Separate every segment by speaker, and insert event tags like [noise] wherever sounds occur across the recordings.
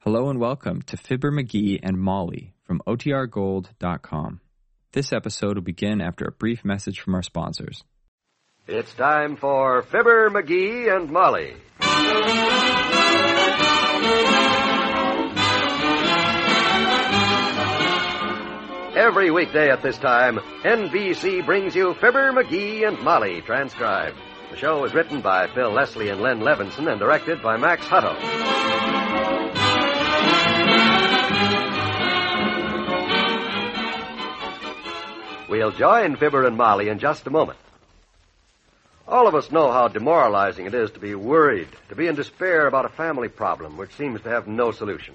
Speaker 1: Hello and welcome to Fibber McGee and Molly from OTRGold.com. This episode will begin after a brief message from our sponsors.
Speaker 2: It's time for Fibber McGee and Molly. Every weekday at this time, NBC brings you Fibber McGee and Molly transcribed. The show is written by Phil Leslie and Len Levinson and directed by Max Hutto. We'll join Fibber and Molly in just a moment. All of us know how demoralizing it is to be worried, to be in despair about a family problem which seems to have no solution.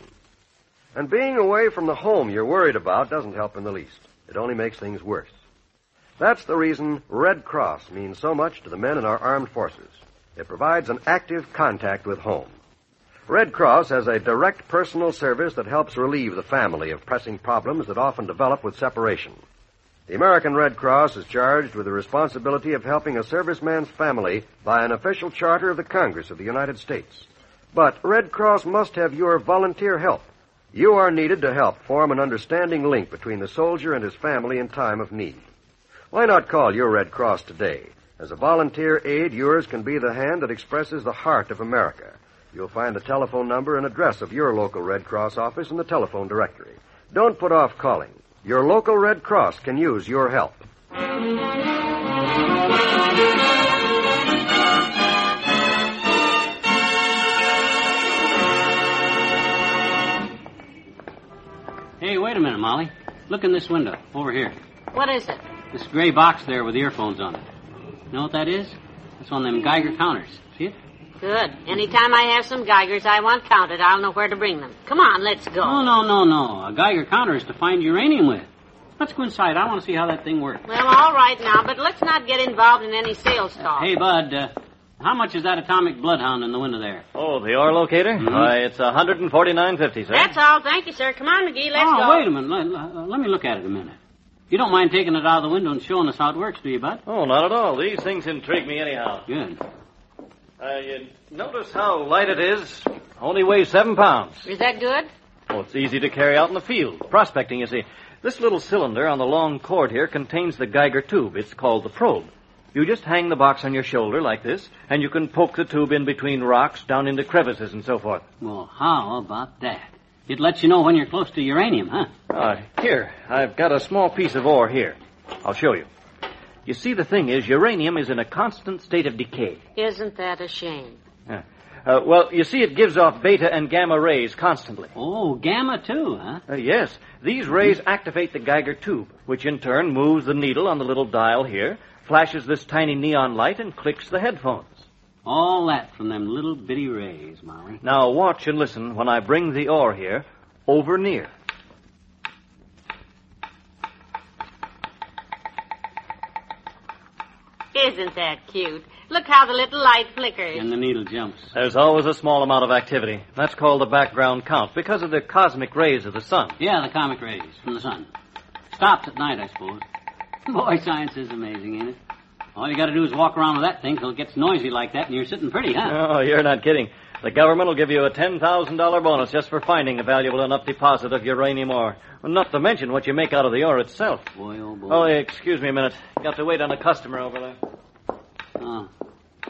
Speaker 2: And being away from the home you're worried about doesn't help in the least. It only makes things worse. That's the reason Red Cross means so much to the men in our armed forces. It provides an active contact with home. Red Cross has a direct personal service that helps relieve the family of pressing problems that often develop with separation. The American Red Cross is charged with the responsibility of helping a serviceman's family by an official charter of the Congress of the United States. But Red Cross must have your volunteer help. You are needed to help form an understanding link between the soldier and his family in time of need. Why not call your Red Cross today? As a volunteer aide, yours can be the hand that expresses the heart of America. You'll find the telephone number and address of your local Red Cross office in the telephone directory. Don't put off calling. Your local Red Cross can use your help.
Speaker 3: Hey, wait a minute, Molly. Look in this window, over here.
Speaker 4: What is it?
Speaker 3: This gray box there with earphones on it. Know what that is? That's one of them Geiger counters. See it?
Speaker 4: Good. Anytime I have some Geigers I want counted, I'll know where to bring them. Come on, let's go.
Speaker 3: No, no, no, no. A Geiger counter is to find uranium with. Let's go inside. I want to see how that thing works.
Speaker 4: Well, all right now, but let's not get involved in any sales talk.
Speaker 3: Hey, Bud, uh, how much is that atomic bloodhound in the window there? Hmm?
Speaker 5: Oh, the ore locator?
Speaker 2: Mm-hmm.
Speaker 5: Why, it's 149.50, sir.
Speaker 4: That's all. Thank you, sir. Come on, McGee, let's
Speaker 3: oh,
Speaker 4: go.
Speaker 3: wait a minute. Let, let- let me look at it a minute. You don't mind taking it out of the window and showing us how it works, do you, Bud?
Speaker 5: Oh, not at all. These things intrigue me anyhow.
Speaker 3: Good.
Speaker 5: Uh, you notice how light it is? Only weighs seven pounds.
Speaker 4: Is that good?
Speaker 5: Oh, it's easy to carry out in the field. Prospecting, you see. This little cylinder on the long cord here contains the Geiger tube. It's called the probe. You just hang the box on your shoulder like this, and you can poke the tube in between rocks, down into crevices, and so forth.
Speaker 3: Well, how about that? It lets you know when you're close to uranium, huh?
Speaker 5: Uh, here, I've got a small piece of ore here. I'll show you. You see, the thing is, uranium is in a constant state of decay.
Speaker 4: Isn't that a shame?
Speaker 5: Yeah. Uh, well, you see, it gives off beta and gamma rays constantly.
Speaker 3: Oh, gamma too, huh?
Speaker 5: Uh, yes, these rays activate the Geiger tube, which in turn moves the needle on the little dial here, flashes this tiny neon light, and clicks the headphones.
Speaker 3: All that from them little bitty rays, Molly.
Speaker 5: Now watch and listen when I bring the ore here over near.
Speaker 4: Isn't that cute? Look how the little light flickers.
Speaker 3: And the needle jumps.
Speaker 5: There's always a small amount of activity. That's called the background count because of the cosmic rays of the sun.
Speaker 3: Yeah, the comic rays from the sun. Stops at night, I suppose. Boy, science is amazing, ain't it? All you gotta do is walk around with that thing till it gets noisy like that and you're sitting pretty, huh?
Speaker 5: Oh, you're not kidding. The government will give you a $10,000 bonus just for finding a valuable enough deposit of uranium ore. Not to mention what you make out of the ore itself.
Speaker 3: Boy, oh boy.
Speaker 5: Oh, excuse me a minute. Got to wait on a customer over there.
Speaker 3: Oh,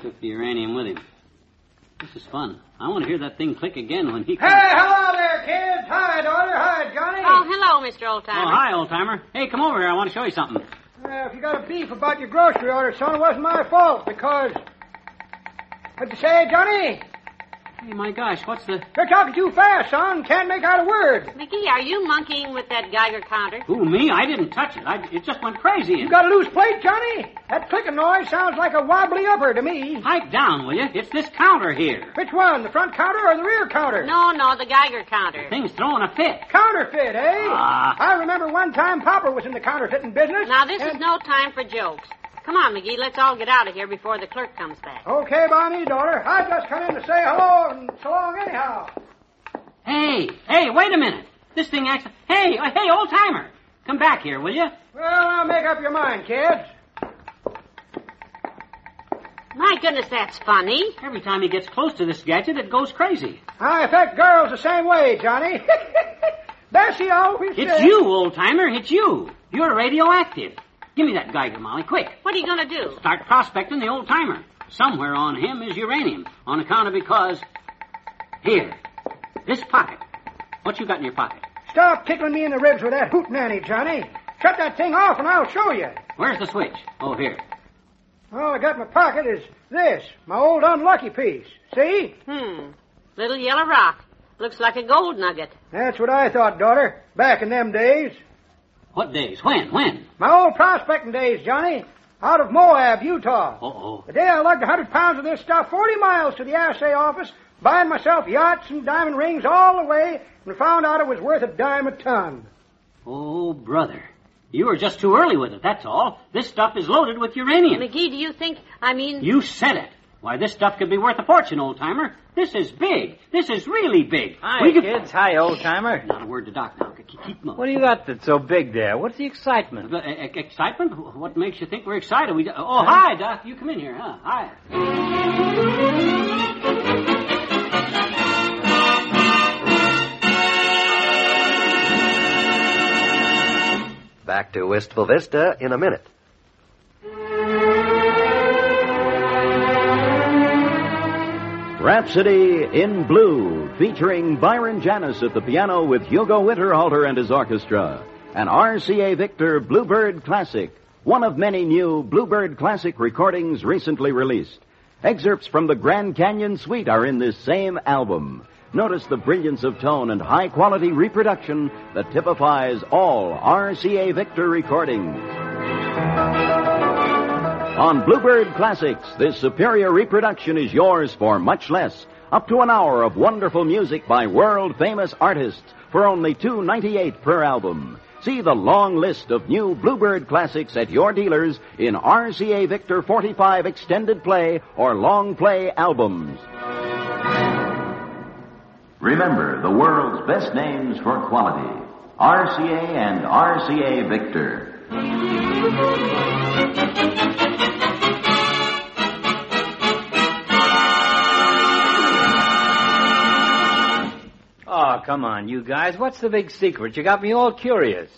Speaker 3: took the uranium with him. This is fun. I want to hear that thing click again when he comes.
Speaker 6: hello there, kids. Hi, daughter. Hi, Johnny.
Speaker 4: Oh, hello, Mr.
Speaker 3: Oh,
Speaker 4: Oldtimer.
Speaker 3: hi, old timer. Hey, come over here. I want to show you something.
Speaker 6: Uh, if you got a beef about your grocery order, son, it wasn't my fault because. What'd you say, Johnny?
Speaker 3: Hey, my gosh, what's the.
Speaker 6: You're talking too fast, son. Can't make out a word.
Speaker 4: McGee, are you monkeying with that Geiger counter?
Speaker 3: Ooh, me? I didn't touch it. I, it just went crazy.
Speaker 6: You got a loose plate, Johnny? That clicking noise sounds like a wobbly upper to me.
Speaker 3: Pipe down, will you? It's this counter here.
Speaker 6: Which one, the front counter or the rear counter?
Speaker 4: No, no, the Geiger counter.
Speaker 3: Thing's throwing a fit.
Speaker 6: Counterfeit, eh?
Speaker 3: Ah.
Speaker 6: I remember one time Popper was in the counterfeiting business.
Speaker 4: Now, this is
Speaker 6: and-
Speaker 4: no time for jokes. Come on, McGee, let's all get out of here before the clerk comes back.
Speaker 6: Okay, Bonnie, daughter. I just come in to say hello and so long, anyhow.
Speaker 3: Hey, hey, wait a minute. This thing acts. Hey, uh, hey, old timer. Come back here, will you?
Speaker 6: Well, now make up your mind, kids.
Speaker 4: My goodness, that's funny.
Speaker 3: Every time he gets close to this gadget, it goes crazy.
Speaker 6: I affect girls the same way, Johnny. [laughs] Bessie always
Speaker 3: It's
Speaker 6: said-
Speaker 3: you, old timer. It's you. You're radioactive. Give me that Geiger, Molly, quick.
Speaker 4: What are you going to do?
Speaker 3: Start prospecting the old timer. Somewhere on him is uranium, on account of because. Here. This pocket. What you got in your pocket?
Speaker 6: Stop tickling me in the ribs with that hoot nanny, Johnny. Shut that thing off and I'll show you.
Speaker 3: Where's the switch? Oh, here.
Speaker 6: All I got in my pocket is this, my old unlucky piece. See?
Speaker 4: Hmm. Little yellow rock. Looks like a gold nugget.
Speaker 6: That's what I thought, daughter, back in them days.
Speaker 3: What days? When? When?
Speaker 6: My old prospecting days, Johnny, out of Moab, Utah.
Speaker 3: Uh oh.
Speaker 6: The day I lugged a hundred pounds of this stuff forty miles to the assay office, buying myself yachts and diamond rings all the way, and found out it was worth a dime a ton.
Speaker 3: Oh, brother. You were just too early with it, that's all. This stuff is loaded with uranium.
Speaker 4: McGee, do you think, I mean,
Speaker 3: You said it. Why, this stuff could be worth a fortune, old timer. This is big. This is really big.
Speaker 7: Hi,
Speaker 3: We could-
Speaker 7: kids. Hi, old timer.
Speaker 3: Not a word to Doc now. Keep, keep
Speaker 7: What
Speaker 3: moving.
Speaker 7: do you got that's so big there? What's the excitement?
Speaker 3: Uh, e- e- Excitement? Wh- What makes you think we're excited? We, oh, hi, Doc. You come in here, huh? Hi.
Speaker 2: Back to Wistful Vista in a minute.
Speaker 5: Rhapsody in Blue, featuring Byron Janis at the piano with Hugo Winterhalter and his orchestra. An RCA Victor Bluebird Classic, one of many new Bluebird Classic recordings recently released. Excerpts from the Grand Canyon Suite are in this same album. Notice the brilliance of tone and high quality reproduction that typifies all RCA Victor recordings. On Bluebird Classics, this superior reproduction is yours for much less. Up to an hour of wonderful music by world famous artists for only $2.98 per album. See the long list of new Bluebird Classics at your dealers in RCA Victor 45 extended play or long play albums. Remember the world's best names for quality RCA and RCA Victor.
Speaker 7: Oh, come on, you guys. What's the big secret? You got me all curious.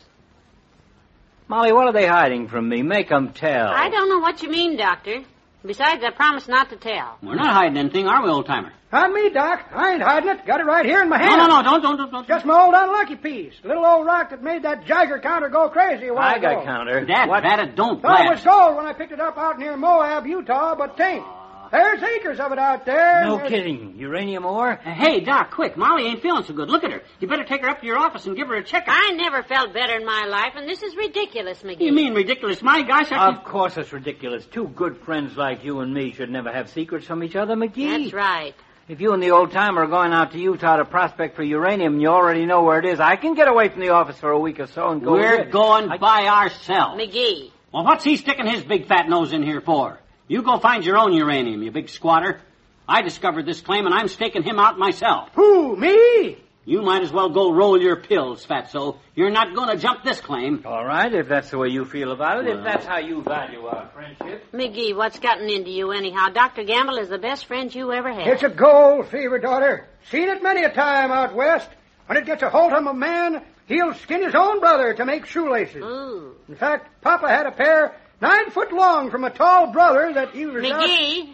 Speaker 7: Molly, what are they hiding from me? Make 'em tell.
Speaker 4: I don't know what you mean, Doctor. Besides, I promise not to tell.
Speaker 3: We're not hiding anything, are we, old timer?
Speaker 6: On me, Doc. I ain't hiding it. Got it right here in my
Speaker 3: No,
Speaker 6: hand.
Speaker 3: no, no. Don't, don't, don't. don't.
Speaker 6: Just my old unlucky piece. The little old rock that made that Jagger counter go crazy a while
Speaker 7: I got
Speaker 6: ago.
Speaker 7: counter.
Speaker 3: Dad,
Speaker 7: what?
Speaker 3: that it, don't
Speaker 6: Thought it was
Speaker 3: blast.
Speaker 6: gold when I picked it up out near Moab, Utah, but tain't. There's acres of it out there. and
Speaker 7: No
Speaker 6: there's-
Speaker 7: kidding. Uranium ore?
Speaker 3: Uh, Hey, Doc, quick. Molly ain't feeling so good. Look at her. You better take her up to your office and give her a checkup.
Speaker 4: I never felt better in my life, and this is ridiculous, McGee.
Speaker 3: You mean ridiculous? My gosh, I
Speaker 7: Of course it's ridiculous. Two good friends like you and me should never have secrets from each other, McGee.
Speaker 4: That's right.
Speaker 7: If you and the old timer are going out to Utah to prospect for uranium, and you already know where it is. I can get away from the office for a week or so and go.
Speaker 3: We're
Speaker 7: in.
Speaker 3: going
Speaker 7: I-
Speaker 3: by ourselves.
Speaker 4: McGee.
Speaker 3: Well, what's he sticking his big fat nose in here for? You go find your own uranium, you big squatter. I discovered this claim and I'm staking him out myself.
Speaker 6: Who, me?
Speaker 3: You might as well go roll your pills, fatso. You're not going to jump this claim.
Speaker 7: All right, if that's the way you feel about it,
Speaker 3: Well.
Speaker 7: if that's how you value our friendship.
Speaker 4: McGee, what's gotten into you anyhow? Dr. Gamble is the best friend you ever had.
Speaker 6: It's a gold fever, daughter. Seen it many a time out west. When it gets a hold of a man, he'll skin his own brother to make shoelaces.
Speaker 4: Ooh.
Speaker 6: In fact, Papa had a pair nine foot long from a tall brother that he was. out-
Speaker 4: McGee,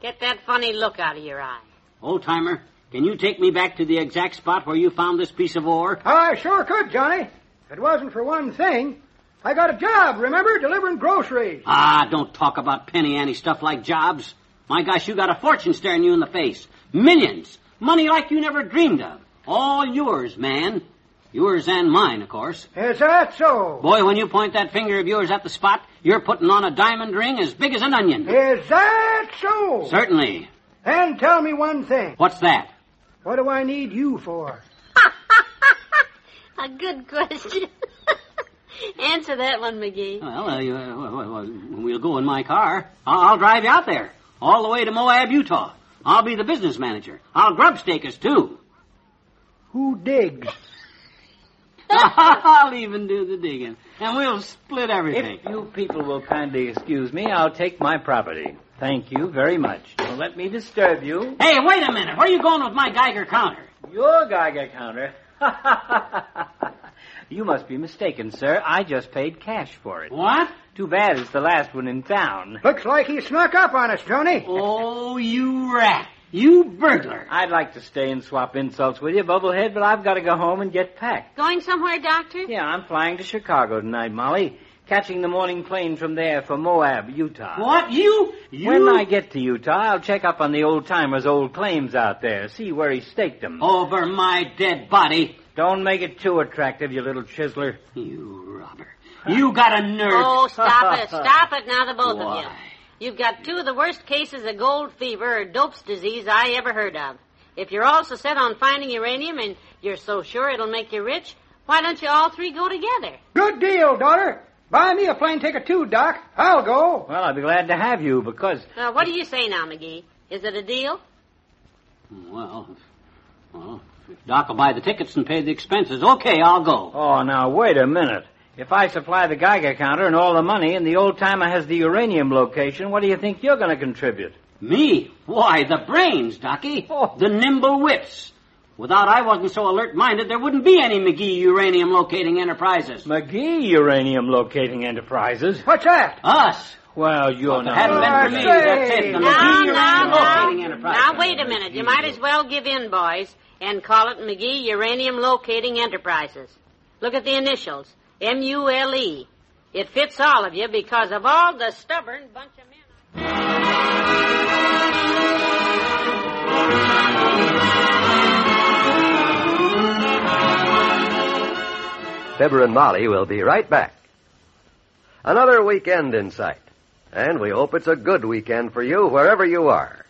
Speaker 4: get that funny look out of your eye.
Speaker 3: Old timer, can you take me back to the exact spot where you found this piece of ore?
Speaker 6: I sure could, Johnny. If it wasn't for one thing, I got a job, remember? Delivering groceries.
Speaker 3: Ah, don't talk about penny ante stuff like jobs. My gosh, you got a fortune staring you in the face. Millions. Money like you never dreamed of. All yours, man. Yours and mine, of course.
Speaker 6: Is that so?
Speaker 3: Boy, when you point that finger of yours at the spot, you're putting on a diamond ring as big as an onion.
Speaker 6: Is that so?
Speaker 3: Certainly.
Speaker 6: And tell me one thing.
Speaker 3: What's that?
Speaker 6: What do I need you for?
Speaker 4: A good question. [laughs] Answer that one, McGee.
Speaker 3: Well, uh, you- uh, well, well, well, we'll go in my car. I'll, I'll drive you out there, all the way to Moab, Utah. I'll be the business
Speaker 7: [laughs]
Speaker 3: manager. I'll grub stake us, too.
Speaker 6: Who digs?
Speaker 3: I'll even do the digging. And we'll split everything.
Speaker 7: If you people will kindly excuse me, I'll take my property. Thank you very much. Don't let me disturb you.
Speaker 3: Hey, wait a minute. Where are you going with my Geiger counter?
Speaker 7: Your Geiger counter. [laughs] you must be mistaken, sir. I just paid cash for it.
Speaker 3: What?
Speaker 7: Too bad it's the last one in town.
Speaker 6: Looks like he snuck up on us, Tony.
Speaker 3: Oh, you rat. You burglar.
Speaker 7: I'd like to stay and swap insults with you, Bubblehead, but I've got to go home and get packed.
Speaker 4: Going somewhere, Doctor?
Speaker 7: Yeah, I'm flying to Chicago tonight, Molly. Catching the morning plane from there for Moab, Utah.
Speaker 3: What? You? You?
Speaker 7: When I get to Utah, I'll check up on the old timer's old claims out there, see where he staked them.
Speaker 3: Over my dead body.
Speaker 7: Don't make it too attractive, you little chiseler.
Speaker 3: You robber. You got a nerve.
Speaker 4: Oh, stop [laughs] it. Stop it now, the both of you.
Speaker 3: Why?
Speaker 4: You've got two of the worst cases of gold fever or dope's disease I ever heard of. If you're all so set on finding uranium and you're so sure it'll make you rich, why don't you all three go together?
Speaker 6: Good deal, daughter. Buy me a plane ticket too, Doc. I'll go.
Speaker 7: Well, I'll be glad to have you because
Speaker 4: Now, what do you say now, McGee? Is it a deal?
Speaker 3: Well, if- well, if Doc will buy the tickets and pay the expenses, okay, I'll go.
Speaker 7: Oh, now, wait a minute. If I supply the Geiger counter and all the money, and the old timer has the uranium location, what do you think you're going to contribute?
Speaker 3: Me? Why, the brains, Docky.
Speaker 7: Oh.
Speaker 3: The nimble wits. Without I wasn't so alert-minded, there wouldn't be any McGee uranium locating enterprises.
Speaker 7: McGee Uranium Locating Enterprises?
Speaker 6: What's that?
Speaker 3: Us.
Speaker 7: Well, you're
Speaker 3: If it hadn't been
Speaker 7: not.
Speaker 3: for me, that's it. The
Speaker 6: Now,
Speaker 3: McGee
Speaker 4: Now, now,
Speaker 3: uranium
Speaker 4: now.
Speaker 3: locating enterprises.
Speaker 4: Now, wait a minute. You might as well give in, boys, and call it McGee Uranium Locating Enterprises. Look at the initials. M-U-L-E. E. It fits all of you because of all the stubborn bunch of men.
Speaker 2: Fibber and Molly will be right back. Another weekend in sight, and we hope it's a good weekend for you wherever you are.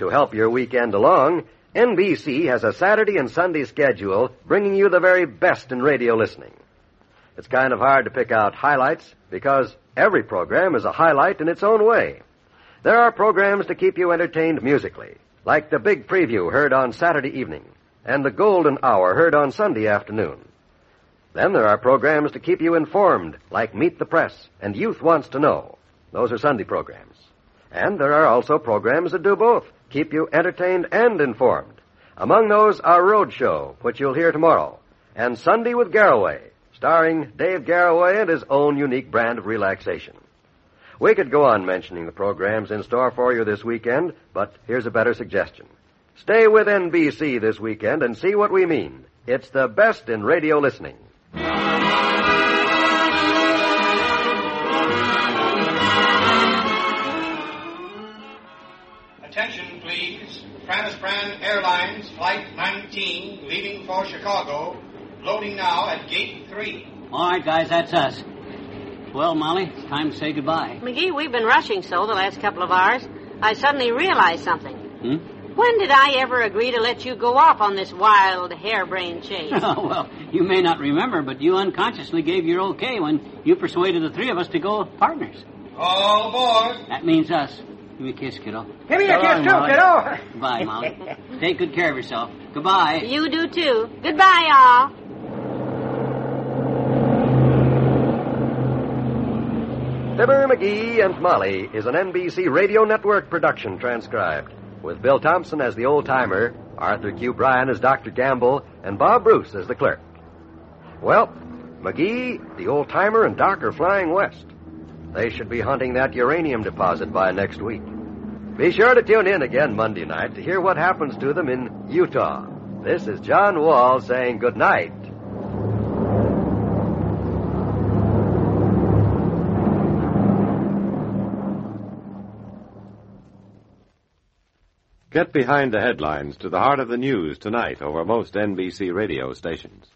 Speaker 2: To help your weekend along, NBC has a Saturday and Sunday schedule bringing you the very best in radio listening. It's kind of hard to pick out highlights because every program is a highlight in its own way. There are programs to keep you entertained musically, like the Big Preview heard on Saturday evening and the Golden Hour heard on Sunday afternoon. Then there are programs to keep you informed, like Meet the Press and Youth Wants to Know. Those are Sunday programs. And there are also programs that do both, keep you entertained and informed. Among those are Roadshow, which you'll hear tomorrow, and Sunday with Garraway, starring Dave Garraway and his own unique brand of relaxation. We could go on mentioning the programs in store for you this weekend, but here's a better suggestion. Stay with NBC this weekend and see what we mean. It's the best in radio listening.
Speaker 8: Attention, please. Transbrand Airlines Flight 19 leaving for Chicago, loading now at Gate 3.
Speaker 3: All right, guys, that's us. Well, Molly, it's time to say goodbye.
Speaker 4: McGee, we've been rushing so the last couple of hours. I suddenly realized something.
Speaker 3: Hmm?
Speaker 4: When did I ever agree to let you go off on this wild, harebrained chase?
Speaker 3: [laughs] well, you may not remember, but you unconsciously gave your okay when you persuaded the three of us to go partners.
Speaker 8: All aboard.
Speaker 3: That means us. Give me a kiss, kiddo.
Speaker 6: Give me a
Speaker 7: Go
Speaker 6: kiss
Speaker 7: on,
Speaker 6: too,
Speaker 7: Molly.
Speaker 6: kiddo.
Speaker 3: Goodbye, Molly. Take good care of yourself. Goodbye.
Speaker 4: you do too. Goodbye, all.
Speaker 2: Fibber McGee and Molly is an NBC Radio Network production transcribed, with Bill Thompson as the old timer, Arthur Q. Bryan as Dr. Gamble, and Bob Bruce as the clerk. Well, McGee, the old timer, and Doc are flying west. They should be hunting that uranium deposit by next week. Be sure to tune in again Monday night to hear what happens to them in Utah. This is John Wall saying good night.
Speaker 9: Get behind the headlines to the heart of the news tonight over most NBC radio stations.